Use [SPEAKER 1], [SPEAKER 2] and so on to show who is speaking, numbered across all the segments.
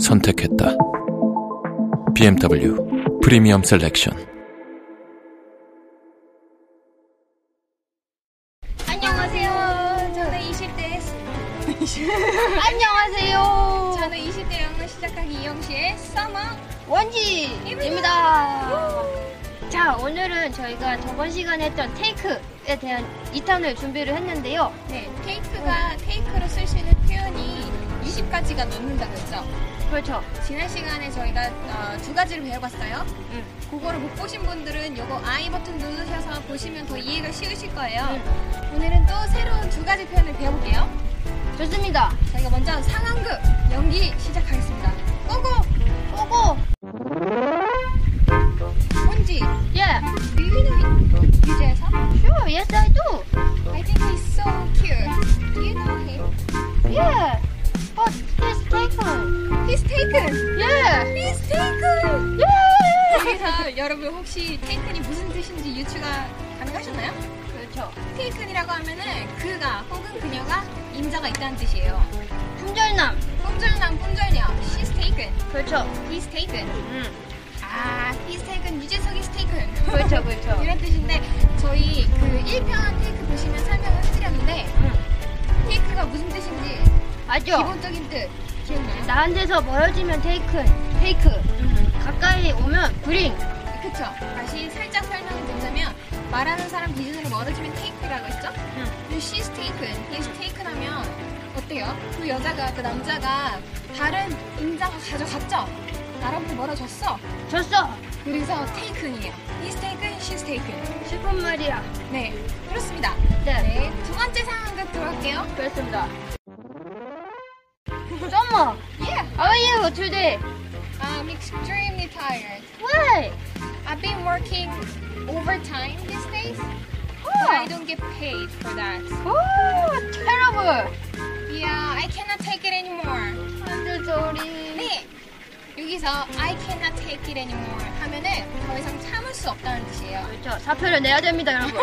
[SPEAKER 1] 선택했다. BMW 프리미엄 셀렉션.
[SPEAKER 2] 안녕하세요. 저는 20대 안녕하세요. 저는 20대 영어 시작하기 이영시의 써머
[SPEAKER 3] 원지입니다. 자, 오늘은 저희가 저번 시간에 했던 테이크에 대한 2탄을 준비를 했는데요.
[SPEAKER 2] 네, 테이크가 테이크로 쓸 수 있는 표현이 20가지가 넘는다고 했죠.
[SPEAKER 3] 그렇죠.
[SPEAKER 2] 지난 시간에 저희가 어, 두 가지를 배워봤어요. 그거를 못 보신 분들은 요거 I 버튼 누르셔서 보시면 더 이해가 쉬우실 거예요. 오늘은 또 새로운 두 가지 표현을 배워볼게요.
[SPEAKER 3] 좋습니다.
[SPEAKER 2] 저희가 먼저 상황극 연기 시작하겠습니다. 고고!
[SPEAKER 3] 오고!
[SPEAKER 2] 뭔지
[SPEAKER 3] 예!
[SPEAKER 2] Do you know 유재에서?
[SPEAKER 3] Sure, yes, I do!
[SPEAKER 2] I think he's so cute. Do you know him?
[SPEAKER 3] Yeah! But this taken!
[SPEAKER 2] He's taken.
[SPEAKER 3] Yeah!
[SPEAKER 2] He's taken.
[SPEAKER 3] 예! Yeah!
[SPEAKER 2] 여기서 여러분 혹시 taken이 무슨 뜻인지 유추가 가능하셨나요?
[SPEAKER 3] 그렇죠.
[SPEAKER 2] taken이라고 하면은 그가 혹은 그녀가 임자가 있다는 뜻이에요.
[SPEAKER 3] 품절남!
[SPEAKER 2] 꿈절남 꿈절녀. She's taken.
[SPEAKER 3] 그렇죠.
[SPEAKER 2] He's taken.
[SPEAKER 3] 음.
[SPEAKER 2] 아, he's taken. 유재석이 taken.
[SPEAKER 3] 그렇죠, 그렇죠.
[SPEAKER 2] 이런 뜻인데 저희 그 1편 테이크 보시면 설명을 해드렸는데
[SPEAKER 3] 음.
[SPEAKER 2] 테이크가 무슨 뜻인지
[SPEAKER 3] 알죠?
[SPEAKER 2] 기본적인 뜻 기억나요?
[SPEAKER 3] 나한테서 멀어지면 테이크, 테이크. 가까이 오면 브링.
[SPEAKER 2] 그쵸. 다시 살짝 설명을 드리자면 말하는 사람 기준으로 멀어지면 take라고 했죠? 근데 she's taken, he's taken 하면 어때요? 그 여자가, 그 남자가 다른 인자가 가져갔죠? 나랑도 멀어졌어.
[SPEAKER 3] 졌어!
[SPEAKER 2] 그래서 taken이에요. he's taken, she's taken.
[SPEAKER 3] 슬픈 말이야.
[SPEAKER 2] 네, 그렇습니다.
[SPEAKER 3] 네.
[SPEAKER 2] 네, 두 번째 상황극 들어갈게요.
[SPEAKER 3] 그렇습니다. 썸머,
[SPEAKER 2] Yeah,
[SPEAKER 3] how are you today?
[SPEAKER 2] I'm extremely tired.
[SPEAKER 3] Why?
[SPEAKER 2] I've been working overtime these days, but I
[SPEAKER 3] Oh,
[SPEAKER 2] don't get paid for that.
[SPEAKER 3] oh terrible.
[SPEAKER 2] Yeah, I cannot take it anymore.
[SPEAKER 3] I'm so sorry.
[SPEAKER 2] 네. 여기서 I cannot take it anymore 하면은 더 이상 참을 수 없다는 뜻이에요.
[SPEAKER 3] 그렇죠. 사표를 내야 됩니다, 여러분.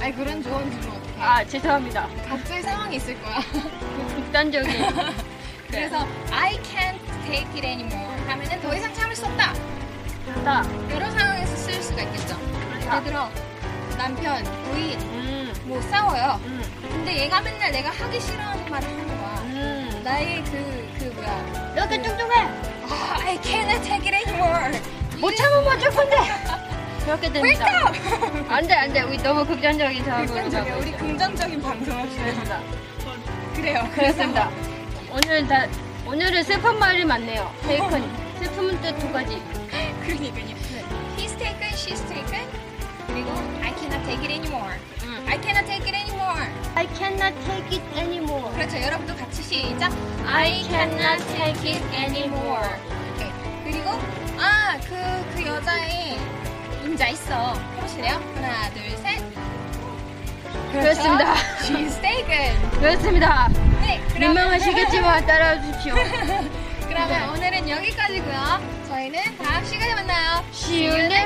[SPEAKER 2] 아이 그런 조언 주면 어떡해.
[SPEAKER 3] 아, 죄송합니다.
[SPEAKER 2] 각자의 상황이 있을 거야.
[SPEAKER 3] 극단적인.
[SPEAKER 2] 그래서 I can't take it anymore 하면은 더 이상 참을 수 없다.
[SPEAKER 3] 그렇다.
[SPEAKER 2] 여러 상황에서 쓸 수가 있겠죠. 예를
[SPEAKER 3] 그렇다.
[SPEAKER 2] 들어 남편, 부인
[SPEAKER 3] 음,
[SPEAKER 2] 뭐 싸워요.
[SPEAKER 3] 음,
[SPEAKER 2] 근데 얘가 맨날 내가 하기 싫어하는 말을 하는 거야.
[SPEAKER 3] 음.
[SPEAKER 2] 나의 그, 그 뭐야.
[SPEAKER 3] 이렇게 뚱뚱해.
[SPEAKER 2] 아, I cannot take it anymore.
[SPEAKER 3] 못 참으면 어쩔 건데. 그렇게 됩니다.
[SPEAKER 2] 불타!
[SPEAKER 3] 안 돼, 안 돼. 우리 너무 극단적인 상황으로
[SPEAKER 2] 긍정적이야.
[SPEAKER 3] 가고
[SPEAKER 2] 우리
[SPEAKER 3] 있어요.
[SPEAKER 2] 긍정적인 방송합시다.
[SPEAKER 3] 그렇습니다.
[SPEAKER 2] 그래요.
[SPEAKER 3] 그렇습니다. 오늘은 다, 오늘은 슬픈 말이 많네요. 테이큰. 슬픈 뜻 두 가지.
[SPEAKER 2] 그러니까요. He's taken, she's taken. 그리고 I cannot take it anymore.
[SPEAKER 3] 음.
[SPEAKER 2] I cannot take it anymore.
[SPEAKER 3] I cannot take it anymore.
[SPEAKER 2] 그렇죠. 여러분도 같이 시작.
[SPEAKER 3] I cannot take it anymore.
[SPEAKER 2] 오케이. 그리고 아, 그, 그 여자의 임자 있어. 해보실래요? 하나, 둘, 셋. 그렇죠?
[SPEAKER 3] 그렇습니다.
[SPEAKER 2] She's taken.
[SPEAKER 3] 그렇습니다.
[SPEAKER 2] 네. 그러면-
[SPEAKER 3] 민망하시겠지만 따라와 주십시오.
[SPEAKER 2] 그러면 오늘은 여기까지고요. 저희는 다음 시간에 만나요.
[SPEAKER 3] See you next